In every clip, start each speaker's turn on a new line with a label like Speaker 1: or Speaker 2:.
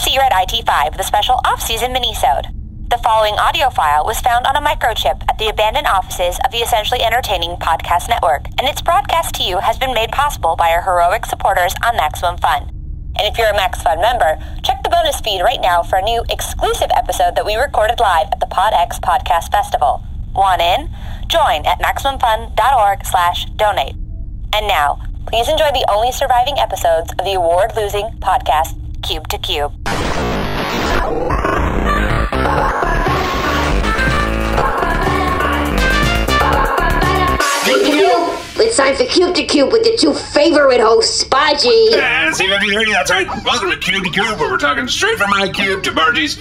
Speaker 1: See you at IT5, the special off-season minisode. The following audio file was found on a microchip at the abandoned offices of the Essentially Entertaining Podcast Network, and its broadcast to you has been made possible by our heroic supporters on Maximum Fun. And if you're a Max Fun member, check the bonus feed right now for a new exclusive episode that we recorded live at the PodX Podcast Festival. Want in? Join at MaximumFun.org slash donate. And now, please enjoy the only surviving episodes of the award-losing podcast Cube to Cube.
Speaker 2: Cube to Cube. It's time for Cube to Cube with your two favorite hosts, Spagy
Speaker 3: Yeah, see if you heard you outside. Welcome to Cube to Cube, where we're talking straight from my cube to Margie's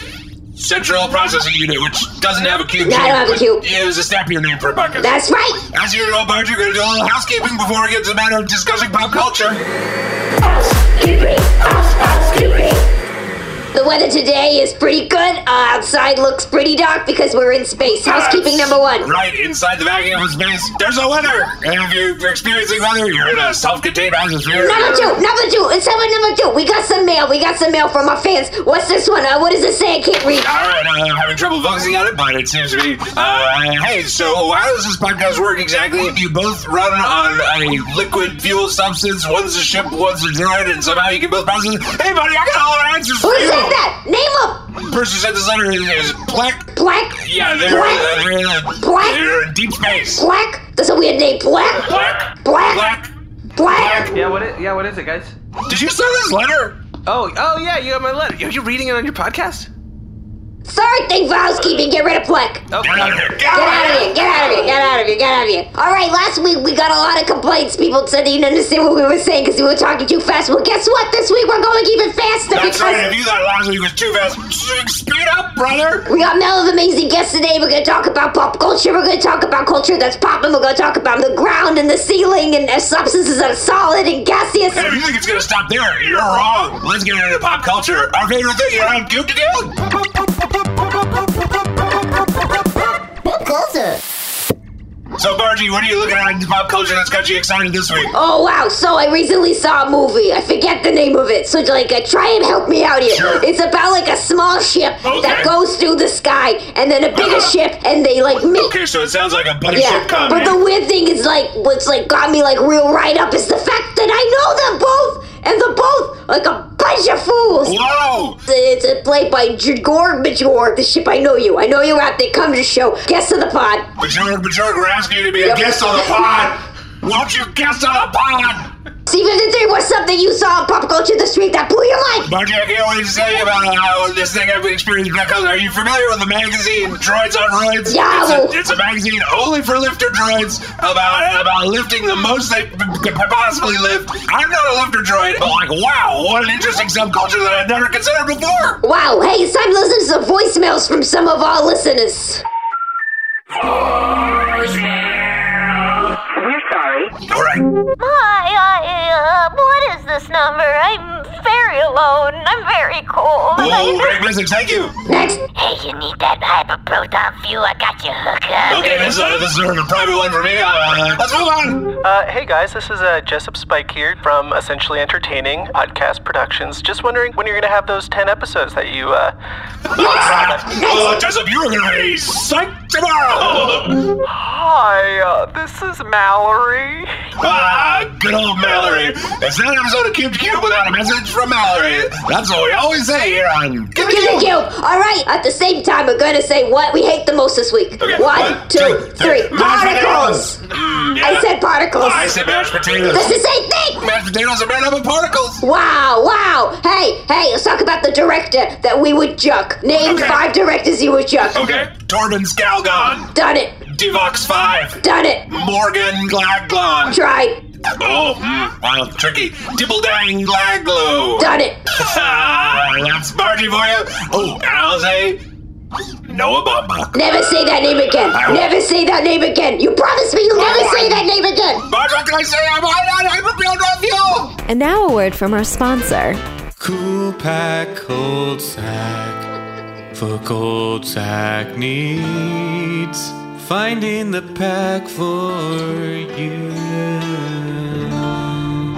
Speaker 3: central processing unit, which doesn't have a cube.
Speaker 2: No, I don't have a
Speaker 3: but
Speaker 2: cube.
Speaker 3: It was a snappier name for a bucket.
Speaker 2: That's right.
Speaker 3: As you know, Margie, we're going to do a little housekeeping before we get to the matter of discussing pop culture.
Speaker 2: The weather today is pretty good. Uh, outside looks pretty dark because we're in space. Housekeeping number one.
Speaker 3: Right inside the vacuum of space, there's no weather. And if you're experiencing weather, you're in a self-contained atmosphere.
Speaker 2: Number two, number two, it's someone number two. We got some mail. We got some mail from our fans. What's this one? Uh, what does it say? I can't read.
Speaker 3: All right, uh, I'm having trouble focusing on it, but it seems to be. Uh, hey, so how does this podcast work exactly? You both run on a liquid fuel substance. One's a ship, one's a droid, and somehow you can both process it. Hey, buddy, I got all the answers
Speaker 2: Who
Speaker 3: for you.
Speaker 2: said that? Name him.
Speaker 3: The person who sent this letter is, is Black.
Speaker 2: Black.
Speaker 3: Yeah, they're, uh,
Speaker 2: Black.
Speaker 3: they're, in-
Speaker 2: Black?
Speaker 3: they're in deep space.
Speaker 2: Black. That's a weird name. Black.
Speaker 3: Black.
Speaker 2: Black.
Speaker 3: Black.
Speaker 2: Black.
Speaker 4: Yeah, what is, yeah, what is it, guys?
Speaker 3: Did you send this letter?
Speaker 4: Oh, oh yeah, you got my letter. Are you reading it on your podcast?
Speaker 2: Third thing for housekeeping. Get rid of Black.
Speaker 4: Oh,
Speaker 3: Get out of here. Get
Speaker 2: Get
Speaker 3: out
Speaker 2: out
Speaker 3: of
Speaker 2: of
Speaker 3: here.
Speaker 2: here! Get out of here! Get out of here! Get out of here! All right, last week we got a lot of complaints. People said they didn't understand what we were saying because we were talking too fast. Well, guess what? This week we're going even faster
Speaker 3: That's right. If
Speaker 2: because
Speaker 3: you thought last week was too fast, speed up, brother.
Speaker 2: we got mail of amazing guests today. We're going to talk about pop culture. We're going to talk about culture that's popping. We're going to talk about the ground and the ceiling and the substances that are solid and gaseous.
Speaker 3: Hey, if you think it's gonna stop there, you're wrong. Let's get into pop culture. Our favorite thing here on Goop to Goop.
Speaker 2: Pop culture.
Speaker 3: So, Margie, what are you looking at in pop culture that's got you excited this week?
Speaker 2: Oh wow! So I recently saw a movie. I forget the name of it. So like, uh, try and help me out here.
Speaker 3: Sure.
Speaker 2: It's about like a small ship that
Speaker 3: Okay.
Speaker 2: goes through the sky, and then a bigger
Speaker 3: Uh-huh.
Speaker 2: ship, and they like meet.
Speaker 3: Okay, so it sounds like a buddy
Speaker 2: Yeah,
Speaker 3: ship
Speaker 2: but
Speaker 3: comedy.
Speaker 2: the weird thing is like what's like got me like real right up is the fact that I know them both, and they're both like a bunch of fools.
Speaker 3: Whoa!
Speaker 2: It's a play by Jigor Major, the ship I know you. I know you're out there. Come to show. Guest of the pod.
Speaker 3: Majorg, Majorg, we're asking you to be a
Speaker 2: Yep.
Speaker 3: guest on the pod. Won't you guest on the pod?
Speaker 2: C53, what's something you saw in pop culture this week that blew your mind?
Speaker 3: Margie, I can't wait to tell you about how this thing I've experienced back home. Are you familiar with the magazine Droids on Roids?
Speaker 2: Yeah.
Speaker 3: It's a, it's a magazine only for lifter droids about about lifting the most they could possibly lift. I'm not a lifter droid, but like, wow, what an interesting subculture that I'd never considered before.
Speaker 2: Wow, hey, it's time to listen to some voicemails from some of our listeners.
Speaker 5: We're sorry.
Speaker 3: All right.
Speaker 6: Hi, I, uh, what is this number? I'm very alone. I'm very cold.
Speaker 3: Oh, great message. Thank you.
Speaker 2: Next.
Speaker 6: Hey, you need that hyperproton fuel? I got you hooked up.
Speaker 3: Okay, this, uh, this is sort of a private one for me. Uh, let's move on.
Speaker 4: Uh, hey guys, this is uh, Jessup Spike here from Essentially Entertaining Podcast Productions. Just wondering when you're gonna have those ten episodes that you. Uh...
Speaker 3: Uh, well, uh, Jessup, you are going to be psyched tomorrow.
Speaker 4: Hi, uh, this is Mallory.
Speaker 3: Ah, good old Mallory. It's not an episode of Cube to Cube without a message from Mallory. That's what we always say here on Cube to
Speaker 2: Give
Speaker 3: Cube.
Speaker 2: it you. All right, at the same time, we're going to say what we hate the most this week.
Speaker 3: Okay,
Speaker 2: One, two, three. Particles!
Speaker 3: Mm, yeah.
Speaker 2: I said particles.
Speaker 3: I said mashed potatoes.
Speaker 2: That's the same thing!
Speaker 3: Mashed potatoes are made up of particles.
Speaker 2: Wow, wow. Hey, hey, let's talk about the director that we would junk. Name
Speaker 3: Okay.
Speaker 2: five directors you would junk.
Speaker 3: Okay. Torben Skalgon,
Speaker 2: Done it.
Speaker 3: Divox Five,
Speaker 2: Done it.
Speaker 3: Morgan Glaglon.
Speaker 2: Tried.
Speaker 3: Oh, mm, wow, tricky. Dibbledang Glaglo.
Speaker 2: Done it.
Speaker 3: Ah, that's Margie for you. Oh, and I'll say Noah Bamba.
Speaker 2: Never say that name again. Never say that name again. You promised me you'll never say that name again.
Speaker 3: Marge, what can I say? I'm high on hyperfield with you.
Speaker 7: And now a word from our sponsor.
Speaker 8: Cool pack, cold sack. For cold sack needs, finding the pack for you.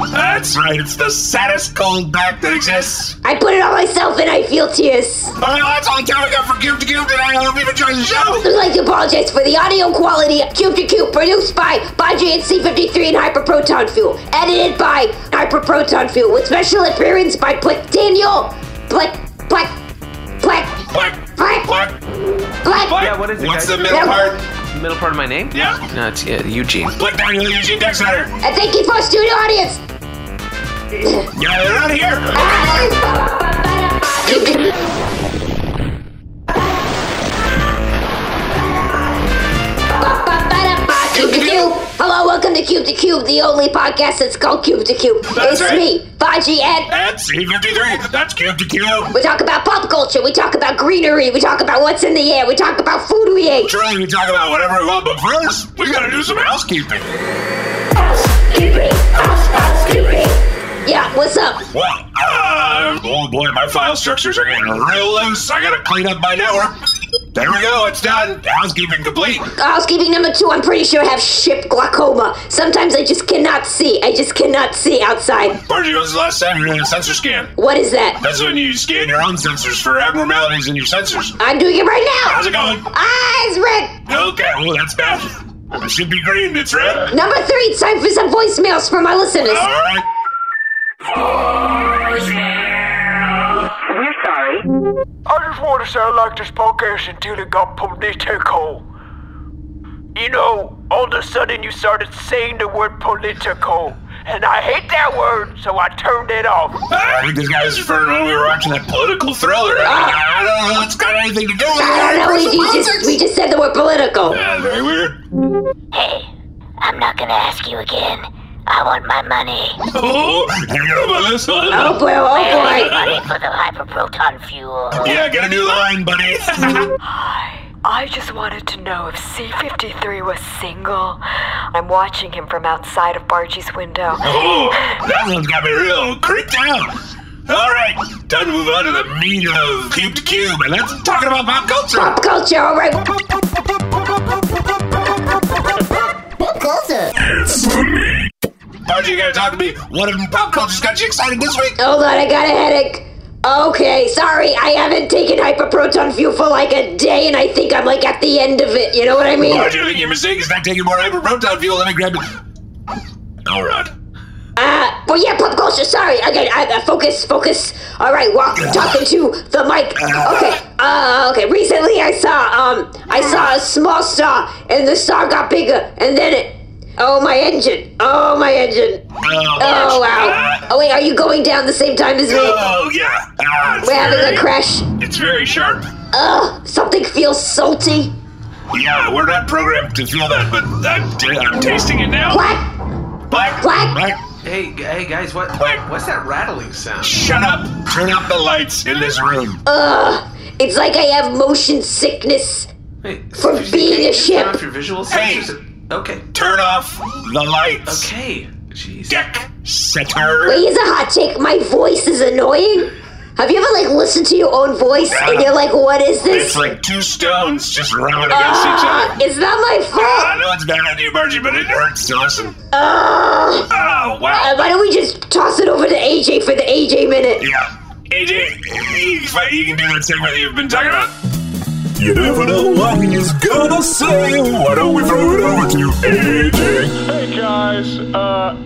Speaker 3: That's right. It's the saddest cold back that exists.
Speaker 2: I put it on myself and I feel tears.
Speaker 3: All right, well, that's all the time I got for Cube to Cube today. I hope you've enjoyed the show.
Speaker 2: I'd like to apologize for the audio quality of Cube to Cube, produced by Baji and C53 and Hyperproton Fuel, edited by Hyperproton Fuel, with special appearance by Plick Daniel. Plick, Plick, Plick,
Speaker 3: Click,
Speaker 2: Plick,
Speaker 3: click.
Speaker 2: Plick.
Speaker 5: Yeah, what is it?
Speaker 3: What's the
Speaker 5: guys?
Speaker 3: middle part?
Speaker 5: middle part of my name?
Speaker 3: Yeah.
Speaker 5: No, it's uh, Eugene.
Speaker 3: Click down your Eugene Dex Center.
Speaker 2: And thank you for our studio audience.
Speaker 3: Yeah, they're out of here.
Speaker 2: Cube to Cube. Hello, welcome to Cube to Cube, the only podcast that's called Cube to Cube.
Speaker 3: That's
Speaker 2: it's
Speaker 3: right.
Speaker 2: me, Baji, and
Speaker 3: That's C53. That's Cube to Cube.
Speaker 2: we talk about pop culture, we talk about greenery, we talk about what's in the air, we talk about food we ate.
Speaker 3: Surely we talk about whatever we want, but first, we gotta do some housekeeping.
Speaker 2: Yeah, what's up?
Speaker 3: Well, uh, oh boy, my file structures are getting real loose. I gotta clean up my network. There we go, it's done. Housekeeping complete.
Speaker 2: Housekeeping number two, I'm pretty sure I have ship glaucoma. Sometimes I just cannot see. I just cannot see outside.
Speaker 3: Margie, was the last time you did a uh, sensor scan?
Speaker 2: What is that?
Speaker 3: That's when you scan your own sensors for abnormalities in your sensors.
Speaker 2: I'm doing it right
Speaker 3: How's
Speaker 2: now!
Speaker 3: it going?
Speaker 2: Ah, it's red!
Speaker 3: Okay, well, that's bad. It should be green, it's red.
Speaker 2: Number three, it's time for some voicemails from our listeners.
Speaker 3: Alright.
Speaker 9: We're sorry.
Speaker 10: I just want to sound like this podcast until it got political. You know, all of a sudden you started saying the word political, and I hate that word, so I turned it off.
Speaker 3: I think this guy was referring when we were watching that political thriller. I don't know, it's got anything to do with
Speaker 2: I don't know, we,
Speaker 3: universal
Speaker 2: you just,
Speaker 3: politics.
Speaker 2: we just said the word political.
Speaker 3: Yeah, very weird.
Speaker 6: Hey, I'm not gonna ask you again. I want my money.
Speaker 3: Oh, hang on about this one.
Speaker 2: Oh boy, oh boy.
Speaker 6: Money for the hyperproton fuel.
Speaker 3: Yeah, get a new line, buddy.
Speaker 10: I just wanted to know if C53 was single. I'm watching him from outside of Bargie's window.
Speaker 3: oh, that one's got me real creeped out. All right, time to move on to the meat of Cube to Cube, and that's talking about pop culture.
Speaker 2: Pop culture, alright.
Speaker 3: Margie, you gotta talk to me. What in pop culture's got you excited this week?
Speaker 2: Hold on, Oh I got a headache. Okay, sorry, I haven't taken hyperproton fuel for like a day and I think I'm like at the end of it, you know what I mean?
Speaker 3: Margie, I think your mistake is not taking more hyperproton fuel. Let me grab it. All right.
Speaker 2: Uh, but yeah, pop culture. Sorry, again. I, uh, focus, focus. All right, well, talking to the mic. Okay, uh, okay. Recently, I saw, um, I saw a small star, and the star got bigger, and then it. Oh my engine! Oh my engine!
Speaker 3: Oh,
Speaker 2: Oh wow! Oh wait, are you going down the same time as me?
Speaker 3: Uh, Oh, yeah. Ah, it's,
Speaker 2: We're having
Speaker 3: very,
Speaker 2: a crash.
Speaker 3: it's very sharp.
Speaker 2: Ugh, something feels salty.
Speaker 3: Yeah, we're not programmed to feel that, but I'm, I'm tasting it now.
Speaker 2: What?
Speaker 3: Black.
Speaker 2: Black.
Speaker 3: Black.
Speaker 5: Hey, g- hey guys, what?
Speaker 3: Quick.
Speaker 5: What's that rattling sound?
Speaker 3: Shut up! Turn out the lights in this room.
Speaker 2: Ugh, it's like I have motion sickness.
Speaker 5: Hey,
Speaker 2: For
Speaker 5: Susie,
Speaker 2: being
Speaker 5: can
Speaker 2: a
Speaker 5: you turn
Speaker 2: ship.
Speaker 5: off your visual
Speaker 3: Hey.
Speaker 5: sensors? Okay.
Speaker 3: Turn off the lights.
Speaker 5: Okay. Jeez.
Speaker 3: Deck setter.
Speaker 2: Wait, here's a hot take. My voice is annoying. Have you ever like listened to your own voice and you're like, what is
Speaker 3: It's
Speaker 2: this?
Speaker 3: like two stones just rubbing against each
Speaker 2: Ah,
Speaker 3: other.
Speaker 2: it's not my
Speaker 3: I
Speaker 2: fault.
Speaker 3: know Oh, it's bad idea, Margie, but it hurts to listen.
Speaker 2: Ah,
Speaker 3: Oh,
Speaker 2: uh,
Speaker 3: wow.
Speaker 2: why don't we just toss it over to AJ for the AJ minute?
Speaker 3: Yeah. AJ, if you can do that segment that you've been talking about.
Speaker 8: You never know what he's gonna say. Why don't we throw it over to AJ?
Speaker 10: Hey guys, uh,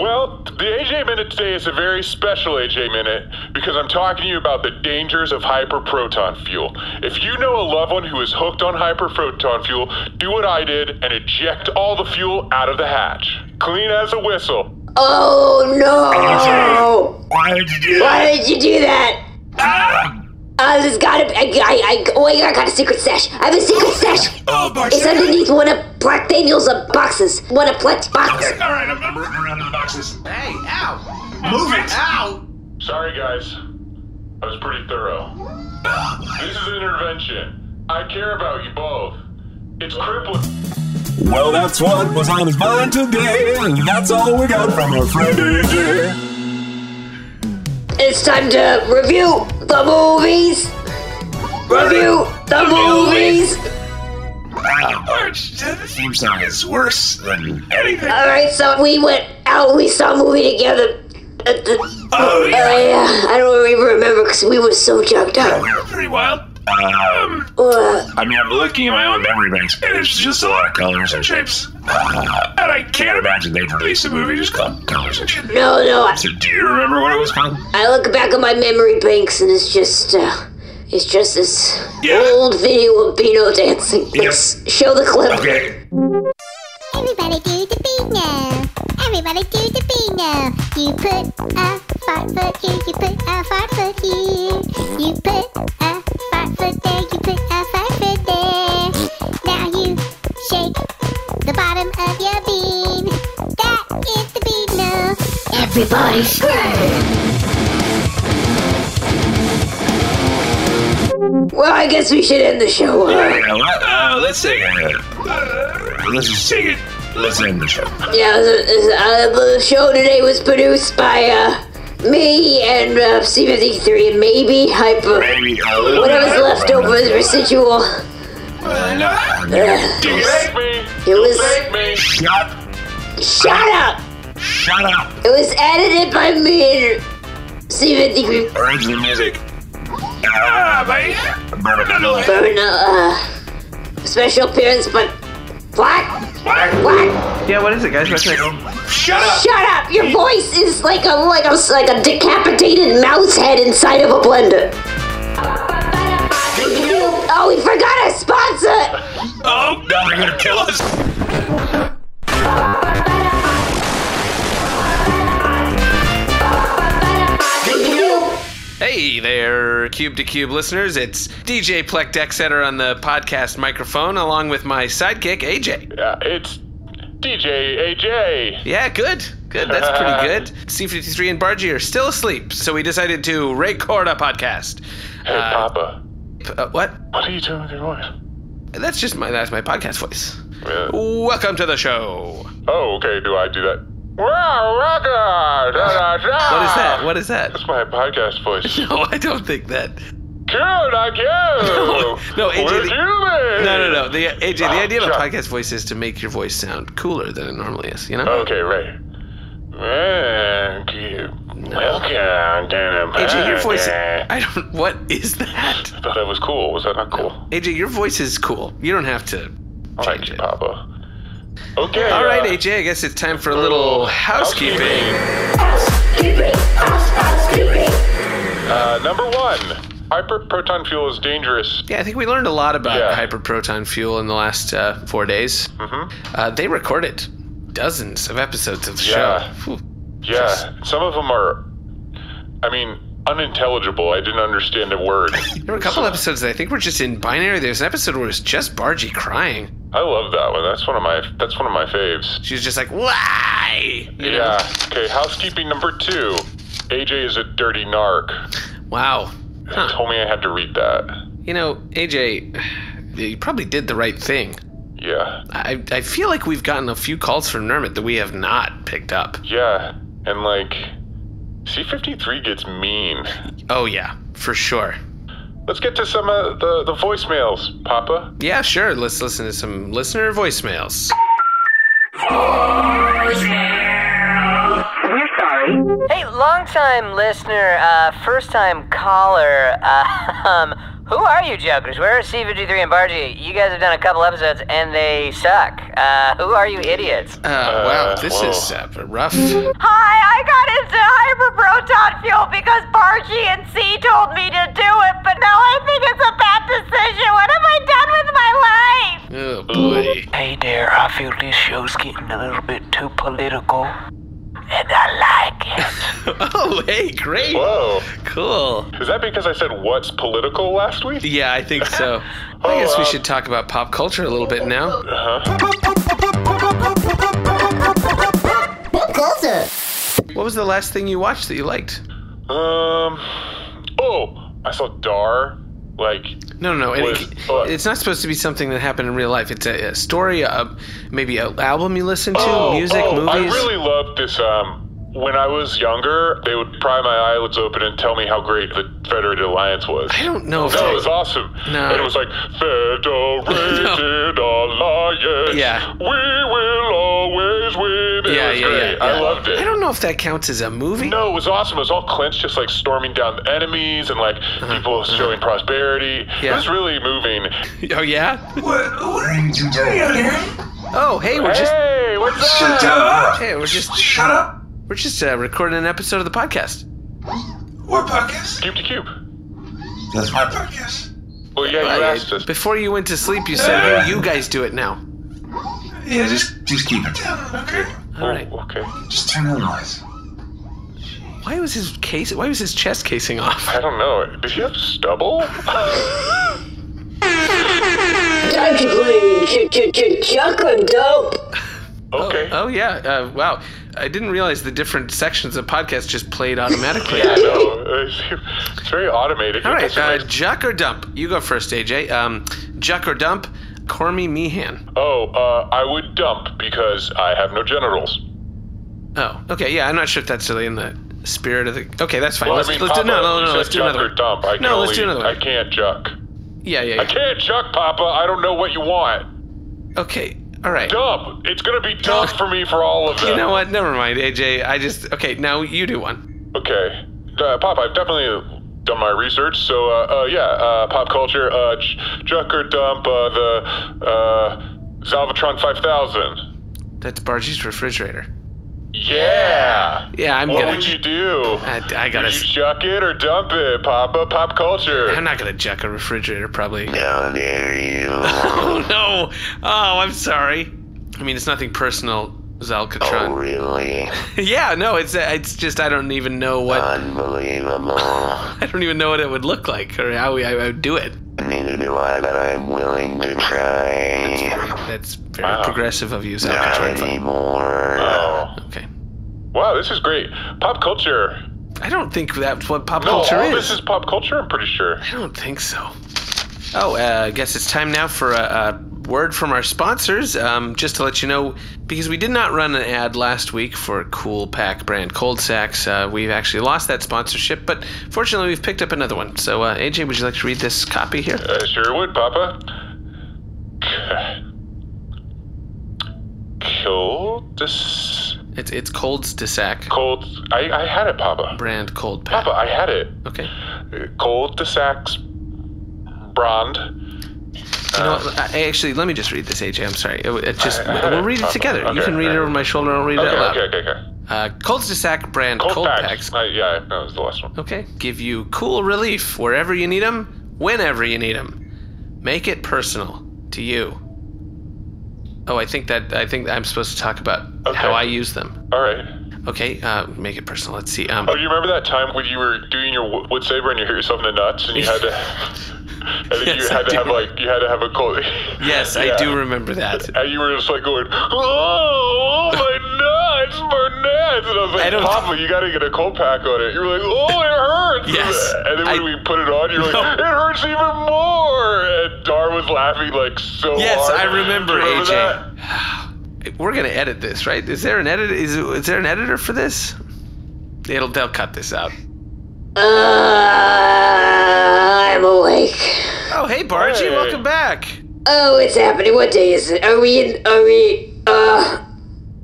Speaker 10: well, the AJ Minute today is a very special AJ Minute because I'm talking to you about the dangers of hyperproton fuel. If you know a loved one who is hooked on hyperproton fuel, do what I did and eject all the fuel out of the hatch. Clean as a whistle.
Speaker 2: Oh no!
Speaker 3: Why did you do that?
Speaker 2: Why did you do that?
Speaker 3: Ah!
Speaker 2: Uh, there's gotta be. I, I, I, oh, I got a secret stash. I have a secret stash.
Speaker 3: Oh, Margie.
Speaker 2: It's underneath one of Black Daniel's uh, boxes. One of Black's boxes.
Speaker 3: All right, I'm, I'm rooting around in the boxes.
Speaker 5: Hey, ow!
Speaker 3: Move it!
Speaker 5: Ow!
Speaker 10: Sorry, guys. I was pretty thorough. This is an intervention. I care about you both. It's crippling.
Speaker 8: Well, that's what was on his mind today. and That's all we got from our friend AJ.
Speaker 2: It's time to review the movies. Review the movies.
Speaker 3: Wow, Ah, Marge, the theme song is worse than anything.
Speaker 2: All right, so we went out. We saw a movie together. At the,
Speaker 3: Oh,
Speaker 2: uh,
Speaker 3: yeah,
Speaker 2: yeah, I don't even remember because we were so junked up.
Speaker 3: we were pretty wild. Um,
Speaker 2: Uh,
Speaker 3: I mean, I'm looking at my own memory banks, and it's just a lot of colors and shapes. Uh, and I can't imagine they'd release a movie just called Colors and Shapes.
Speaker 2: no, no, I,
Speaker 3: So, do you remember what it was called?
Speaker 2: I look back at my memory banks and it's just, uh, it's just this
Speaker 3: Yeah.
Speaker 2: old video of Beano dancing.
Speaker 3: Yep.
Speaker 2: Let's show the clip.
Speaker 3: Okay.
Speaker 9: Everybody do the beat now. Everybody do the beat now. You put a fart foot here, you put a fart foot here. You put a fart foot there, you put a fart foot there. Now you shake the bottom of your bean. That is the beat now. Everybody scream.
Speaker 2: Well, I guess we should end the show. Uh,
Speaker 3: Yeah, well, uh, let's take a. Uh, let's just take it. Let's end the show.
Speaker 2: yeah, the, the- uh, the show today was produced by uh, me and uh, C53 and maybe Hyper.
Speaker 3: Maybe a little
Speaker 2: Whatever's
Speaker 3: bit-
Speaker 2: left over is residual.
Speaker 3: Uh,
Speaker 10: You make me.
Speaker 2: It
Speaker 10: You
Speaker 2: was-
Speaker 10: make me.
Speaker 3: Shut.
Speaker 2: Shut up!
Speaker 3: Shut up.
Speaker 2: It was edited by me and C53
Speaker 3: Original music. Ah, my. Bourbon Nutella.
Speaker 2: Burn, uh, special appearance, but. What? What?
Speaker 5: Yeah, what is it, guys? What's it?
Speaker 3: Shut up.
Speaker 2: Shut up! Your voice is like a like a like a decapitated mouse head inside of a blender. Oh, we forgot a sponsor.
Speaker 3: Oh, no, they're gonna kill us.
Speaker 5: Hey there, Cube to Cube listeners. It's DJ Plek Dexeter on the podcast microphone, along with my sidekick, AJ.
Speaker 10: Yeah, it's DJ AJ.
Speaker 5: Yeah, good. Good, that's pretty good. C53 and Bargy are still asleep, so we decided to record a podcast.
Speaker 10: Hey,
Speaker 5: Uh,
Speaker 10: Papa.
Speaker 5: p- uh, what?
Speaker 10: What are you doing with your voice?
Speaker 5: That's just my that's my podcast voice.
Speaker 10: Uh,
Speaker 5: Welcome to the show.
Speaker 10: oh, okay. Do I do that? Wow, rocker! Da, da, da.
Speaker 5: What is that? What is that?
Speaker 10: Ah, That's my podcast voice. Cute,
Speaker 5: No, I don't think that.
Speaker 10: I cute.
Speaker 5: No, no, AJ,
Speaker 10: We're
Speaker 5: the-
Speaker 10: human.
Speaker 5: No, no, no. The AJ, the
Speaker 10: Ah,
Speaker 5: idea of a
Speaker 10: sure.
Speaker 5: podcast voice is to make your voice sound cooler than it normally is. You know.
Speaker 10: Okay, right. Thank you. Welcome to the
Speaker 5: AJ, your voice.
Speaker 10: podcast.
Speaker 5: I don't. What is that?
Speaker 10: I thought that was cool. Was that not cool?
Speaker 5: AJ, your voice is cool. You don't have to.
Speaker 10: Thank
Speaker 5: Change
Speaker 10: you,
Speaker 5: it.
Speaker 10: Papa. Okay.
Speaker 5: All right,
Speaker 10: uh,
Speaker 5: AJ. I guess it's time for a little housekeeping.
Speaker 10: Uh, number one, hyperproton fuel is dangerous.
Speaker 5: Yeah, I think we learned a lot about
Speaker 10: Yeah.
Speaker 5: hyperproton fuel in the last uh, four days. Mm-hmm. Uh, they recorded dozens of episodes of the
Speaker 10: Yeah.
Speaker 5: show. Whew.
Speaker 10: Yeah, some of them are, I mean, unintelligible. I didn't understand a word.
Speaker 5: There were a couple episodes that I think were just in binary. There's an episode where it's just Bargy crying.
Speaker 10: I love that one. That's one of my. That's one of my faves.
Speaker 5: She's just like, why? You know?
Speaker 10: Yeah. Okay. Housekeeping number two. AJ is a dirty narc.
Speaker 5: Wow.
Speaker 10: They
Speaker 5: Huh.
Speaker 10: told me I had to read that.
Speaker 5: You know, AJ, you probably did the right thing.
Speaker 10: Yeah.
Speaker 5: I, I feel like we've gotten a few calls from Nermit that we have not picked up.
Speaker 10: Yeah. And like, C53 gets mean.
Speaker 5: Oh, yeah, for sure.
Speaker 10: Let's get to some of the the voicemails, Papa.
Speaker 5: Yeah, sure. Let's listen to some listener voicemails.
Speaker 11: Hey, long time listener, uh, first time caller. Uh, um, who are you, jokers? Where are C53 and Bargy? You guys have done a couple episodes and they suck. Uh, who are you idiots?
Speaker 5: Uh, wow, this
Speaker 10: whoa.
Speaker 5: is uh, rough.
Speaker 6: Hi, I got into hyperproton fuel because Bargy and C told me to do it, but now I think it's a bad decision. What have I done with my life?
Speaker 5: Oh, boy.
Speaker 11: Hey there, I feel this show's getting a little bit too political. And I like it.
Speaker 5: Oh, hey, great.
Speaker 10: Whoa.
Speaker 5: Cool.
Speaker 10: Is that because I said what's political last week?
Speaker 5: Yeah, I think so. I guess we should talk about pop culture a little bit now.
Speaker 10: Uh-huh.
Speaker 9: What culture?
Speaker 5: What was the last thing you watched that you liked?
Speaker 10: Um. Oh, I saw Dar. Like,
Speaker 5: No, no, no. and
Speaker 10: Was-
Speaker 5: it,
Speaker 10: uh,
Speaker 5: it's not supposed to be something that happened in real life. It's a, a story, a, maybe an album you listen to,
Speaker 10: oh,
Speaker 5: music,
Speaker 10: oh,
Speaker 5: movies.
Speaker 10: I really loved this um when I was younger, they would pry my eyelids open and tell me how great the Federated Alliance was. I
Speaker 5: don't know if
Speaker 10: No,
Speaker 5: I-
Speaker 10: it was awesome.
Speaker 5: No.
Speaker 10: And it was like, Federated Alliance.
Speaker 5: Yeah.
Speaker 10: We will always win. It was great. I loved it.
Speaker 5: I don't know if that counts as a movie.
Speaker 10: No, it was awesome. It was all clenched, just like storming down enemies and like people showing prosperity. It
Speaker 5: Uh-huh. Yeah.
Speaker 10: was really moving.
Speaker 5: Oh yeah.
Speaker 10: What, what are you
Speaker 5: Oh hey, we're just
Speaker 10: Hey, what's
Speaker 3: Shut up!
Speaker 5: Hey, we're just
Speaker 3: shut up.
Speaker 5: We're just uh, recording an episode of the podcast.
Speaker 3: What podcast?
Speaker 10: Cube to cube.
Speaker 3: That's my podcast.
Speaker 10: Well, yeah, you
Speaker 5: Uh,
Speaker 10: asked us.
Speaker 5: Before you went to sleep, you said, "Hey, you guys do it now."
Speaker 3: Yeah, just just keep it down, okay?
Speaker 5: All right.
Speaker 10: Okay.
Speaker 3: Just turn on the lights.
Speaker 10: Oh.
Speaker 5: Why was his case? Why was his chest casing off?
Speaker 10: I don't know. Oh, Did you have stubble?
Speaker 2: Dungeon Chuckle Dope.
Speaker 10: Okay.
Speaker 5: Oh, oh, yeah. Uh, wow. I didn't realize the different sections of podcasts just played automatically.
Speaker 10: yeah, no, Oh, it's, it's very automated.
Speaker 5: All right.
Speaker 10: That's
Speaker 5: Uh, Juck or dump? You go first, AJ. Um, Juck or dump? Cormy Meehan.
Speaker 10: Oh, uh, I would dump because I have no genitals.
Speaker 5: Oh, okay. Yeah, I'm not sure if that's really in the spirit of the. Okay, that's fine.
Speaker 10: Well,
Speaker 5: let's
Speaker 10: I mean,
Speaker 5: let's do
Speaker 10: Papa,
Speaker 5: no, no,
Speaker 10: you
Speaker 5: no.
Speaker 10: said
Speaker 5: Let's do
Speaker 10: juck
Speaker 5: another.
Speaker 10: or dump. I can
Speaker 5: no, let's
Speaker 10: only-
Speaker 5: do another.
Speaker 10: I
Speaker 5: One.
Speaker 10: can't juck.
Speaker 5: Yeah, yeah, yeah.
Speaker 10: I can't juck, Papa. I don't know what you want.
Speaker 5: Okay. All right.
Speaker 10: Dump. It's gonna be dump for me for all of them.
Speaker 5: You know what? Never mind, AJ. I just okay. Now you do one.
Speaker 10: Okay, uh, Pop. I've definitely done my research. So uh, uh, yeah, uh, pop culture, uh, j- Junker Dump, uh, the uh, Salvatron 5000.
Speaker 5: That's Bargie's refrigerator.
Speaker 10: Yeah.
Speaker 5: Yeah, I'm
Speaker 10: what
Speaker 5: gonna.
Speaker 10: would you do?
Speaker 5: I, I gotta.
Speaker 10: Would you chuck it or dump it, Papa? Pop culture.
Speaker 5: I'm not gonna jack a refrigerator, probably.
Speaker 3: How dare you?
Speaker 5: Oh no! Oh, I'm sorry. I mean, it's nothing personal, Zalcatron.
Speaker 3: Oh, really?
Speaker 5: yeah, no, it's uh, it's just I don't even know what
Speaker 3: Unbelievable.
Speaker 5: I don't even know what it would look like or how we, I would do it.
Speaker 3: Neither do I, but I'm willing to try.
Speaker 5: That's very
Speaker 10: Wow.
Speaker 5: progressive of you,
Speaker 3: Not
Speaker 5: Zalcatron.
Speaker 3: anymore.
Speaker 10: Oh.
Speaker 5: Okay.
Speaker 10: Wow, this is great. Pop culture.
Speaker 5: I don't think that's what pop
Speaker 10: No,
Speaker 5: culture
Speaker 10: all
Speaker 5: is.
Speaker 10: this is pop culture. I'm pretty sure.
Speaker 5: I don't think so. Oh, uh, I guess it's time now for a, a word from our sponsors. Um, just to let you know, because we did not run an ad last week for Cool Pack brand cold sacks, uh, we've actually lost that sponsorship. But fortunately, we've picked up another one. So, uh, AJ, would you like to read this copy here?
Speaker 10: I sure would, Papa. Cold. This
Speaker 5: It's it's Cold's to sack
Speaker 10: cold. I, I had it, Papa.
Speaker 5: brand cold pack.
Speaker 10: Papa, I had it.
Speaker 5: Okay.
Speaker 10: Cold de Sax brand.
Speaker 5: You know, what? I, I actually, let me just read this, AJ. I'm sorry. It, it just
Speaker 10: I- I had
Speaker 5: we'll
Speaker 10: it.
Speaker 5: read it
Speaker 10: Okay,
Speaker 5: together. you
Speaker 10: okay,
Speaker 5: can read it
Speaker 10: okay.
Speaker 5: over my shoulder. I'll read
Speaker 10: Okay,
Speaker 5: it out loud.
Speaker 10: okay, okay, okay.
Speaker 5: Uh, Cold's to sack brand
Speaker 10: Cold,
Speaker 5: cold,
Speaker 10: packs.
Speaker 5: packs.
Speaker 10: Uh, yeah, that was the last one.
Speaker 5: Okay. Give you cool relief wherever you need 'em, whenever you need 'em. Make it personal to you. Oh, I think that I think I'm supposed to talk about
Speaker 10: Okay.
Speaker 5: how I use them.
Speaker 10: All right.
Speaker 5: Okay. Uh, make it personal. Let's see. Um,
Speaker 10: Oh, you remember that time when you were doing your wo- wood saber and you hit yourself in the nuts and you had to. I think
Speaker 5: Yes,
Speaker 10: you
Speaker 5: I
Speaker 10: had to
Speaker 5: do.
Speaker 10: have like you had to have a cold.
Speaker 5: yes, I
Speaker 10: Yeah.
Speaker 5: do remember that.
Speaker 10: And you were just like going, oh, my nuts, my nuts, and I was
Speaker 5: I
Speaker 10: like,
Speaker 5: don't-
Speaker 10: Papa, you got to get a cold pack on it. You were like, oh, it hurts.
Speaker 5: Yes,
Speaker 10: And then when
Speaker 5: I-
Speaker 10: we put it on, you were like,
Speaker 5: No.
Speaker 10: it hurts even more. And Dar was laughing like so
Speaker 5: Yes,
Speaker 10: hard.
Speaker 5: I remember,
Speaker 10: Do you remember that?
Speaker 5: AJ. We're gonna edit this, right? Is there an edit? Is, is there an editor for this? It'll they'll cut this out.
Speaker 2: Uh, I'm awake.
Speaker 5: Oh, hey, Bargie,
Speaker 10: Hey.
Speaker 5: welcome back.
Speaker 2: Oh, it's happening. What day is it? Are we in? Are we? Uh,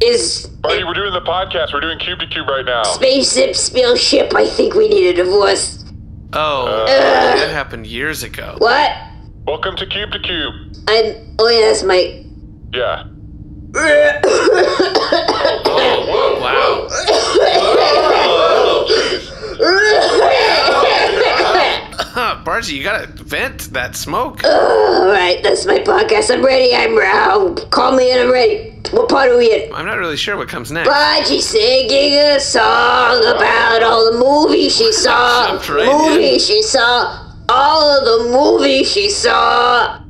Speaker 2: is
Speaker 10: Buddy, we're doing the podcast. We're doing Cube to Cube right now.
Speaker 2: spaceship spill ship? I think we need a divorce.
Speaker 5: Oh,
Speaker 10: Uh.
Speaker 5: that happened years ago.
Speaker 2: What?
Speaker 10: Welcome to Cube to Cube.
Speaker 2: I'm. Oh yeah, that's my.
Speaker 10: Yeah.
Speaker 5: Wow. Huh, Bargy, you gotta vent that smoke.
Speaker 2: All right, that's my podcast. I'm ready. I'm. Uh, call me and I'm ready. What part are we in?
Speaker 5: I'm not really sure what comes next.
Speaker 2: But she's singing a song about all the movies she saw.
Speaker 5: Jumped right
Speaker 2: movies
Speaker 5: in.
Speaker 2: she saw. All of the movies she saw.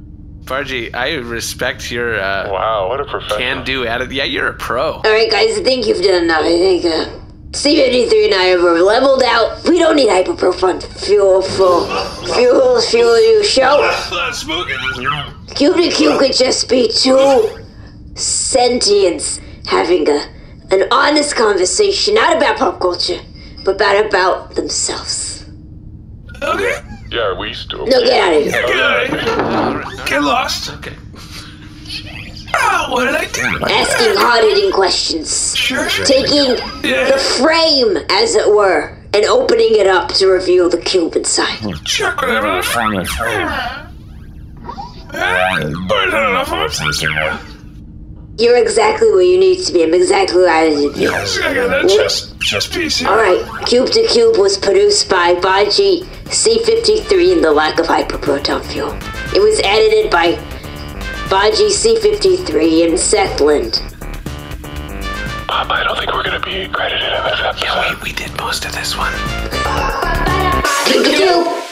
Speaker 5: Bargy, I respect your uh,
Speaker 10: Wow, what a professional.
Speaker 5: can-do attitude. Yeah, you're a pro.
Speaker 2: All right, guys, I think you've done enough. I think uh, C53 and I have leveled out. We don't need hyperprofund fuel for fuel fuel you show.
Speaker 3: That's not smoking in this room.
Speaker 2: Cube to Cube could just be two sentients having a an honest conversation, not about pop culture, but about about themselves.
Speaker 10: Okay. Yeah, we still.
Speaker 2: No, get out of here.
Speaker 10: All right.
Speaker 3: Get lost.
Speaker 5: Okay.
Speaker 3: Oh, what did I do?
Speaker 2: Asking hard-hitting questions, taking the frame, as it were, and opening it up to reveal the cube inside.
Speaker 10: Hmm.
Speaker 3: Check whatever the frame is. Uh, but I don't know if I'm obsessed or not.
Speaker 2: You're exactly where you need to be. I'm exactly where I need to be.
Speaker 3: Yes, I got that chest, chest piece here.
Speaker 2: All right, Cube to Cube was produced by Baji C53 and the lack of hyperproton fuel. It was edited by Baji C53 and Seth Lind.
Speaker 10: Bob, I don't think we're gonna be credited in this episode.
Speaker 5: Yeah, we, we did most of this one.
Speaker 2: Cube to Cube.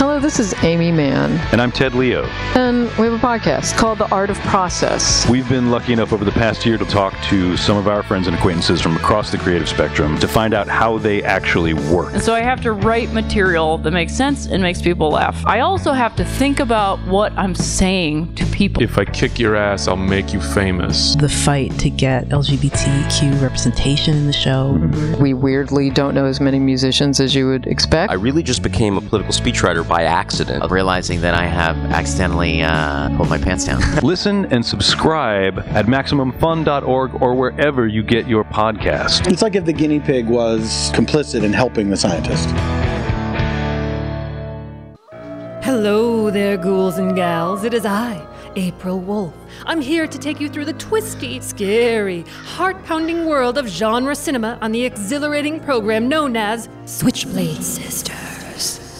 Speaker 12: Hello, this is Amy Mann,
Speaker 13: And I'm Ted Leo.
Speaker 12: and we have a podcast called The Art of Process.
Speaker 13: We've been lucky enough over the past year to talk to some of our friends and acquaintances from across the creative spectrum to find out how they actually work.
Speaker 14: And so I have to write material that makes sense and makes people laugh. I also have to think about what I'm saying to people.
Speaker 15: If I kick your ass, I'll make you famous.
Speaker 16: the fight to get LGBTQ representation in the show.
Speaker 12: We weirdly don't know as many musicians as you would expect.
Speaker 17: I really just became a political speechwriter by accident, realizing that I have accidentally uh, pulled my pants down.
Speaker 13: Listen and subscribe at MaximumFun.org or wherever you get your podcast.
Speaker 18: It's like if the guinea pig was complicit in helping the scientist.
Speaker 19: Hello there, ghouls and gals. It is I, April Wolf. I'm here to take you through the twisty, scary, heart pounding world of genre cinema on the exhilarating program known as Switchblade Sisters.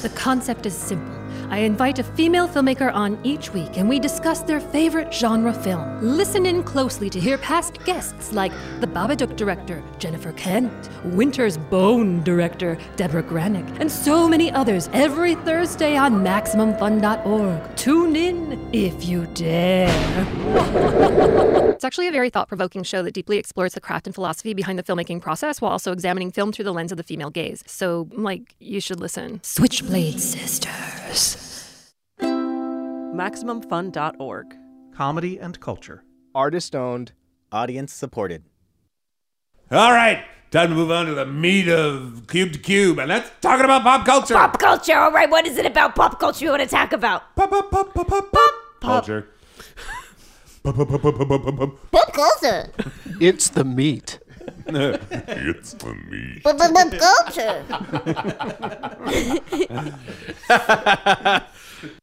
Speaker 19: The concept is simple. I invite a female filmmaker on each week and we discuss their favorite genre film. Listen in closely to hear past guests like the Babadook director, Jennifer Kent, Winter's Bone director, Deborah Granick, and so many others every Thursday on MaximumFun.org. Tune in if you dare.
Speaker 20: It's actually a very thought provoking show that deeply explores the craft and philosophy behind the filmmaking process while also examining film through the lens of the female gaze. So, like, you should listen.
Speaker 19: Switchblade Sisters.
Speaker 21: MaximumFun.org.
Speaker 22: Comedy and culture.
Speaker 21: Artist owned, audience supported.
Speaker 22: All right, time to move on to the meat of Cube to Cube, and that's talking about pop culture.
Speaker 23: Pop culture. All right, what is it about pop culture you want to talk about? Pop, pop, pop, pop, pop, pop.
Speaker 22: culture.
Speaker 23: Pop culture.
Speaker 24: It's the meat.
Speaker 22: it's the meat.
Speaker 23: Pop, pop, pop culture.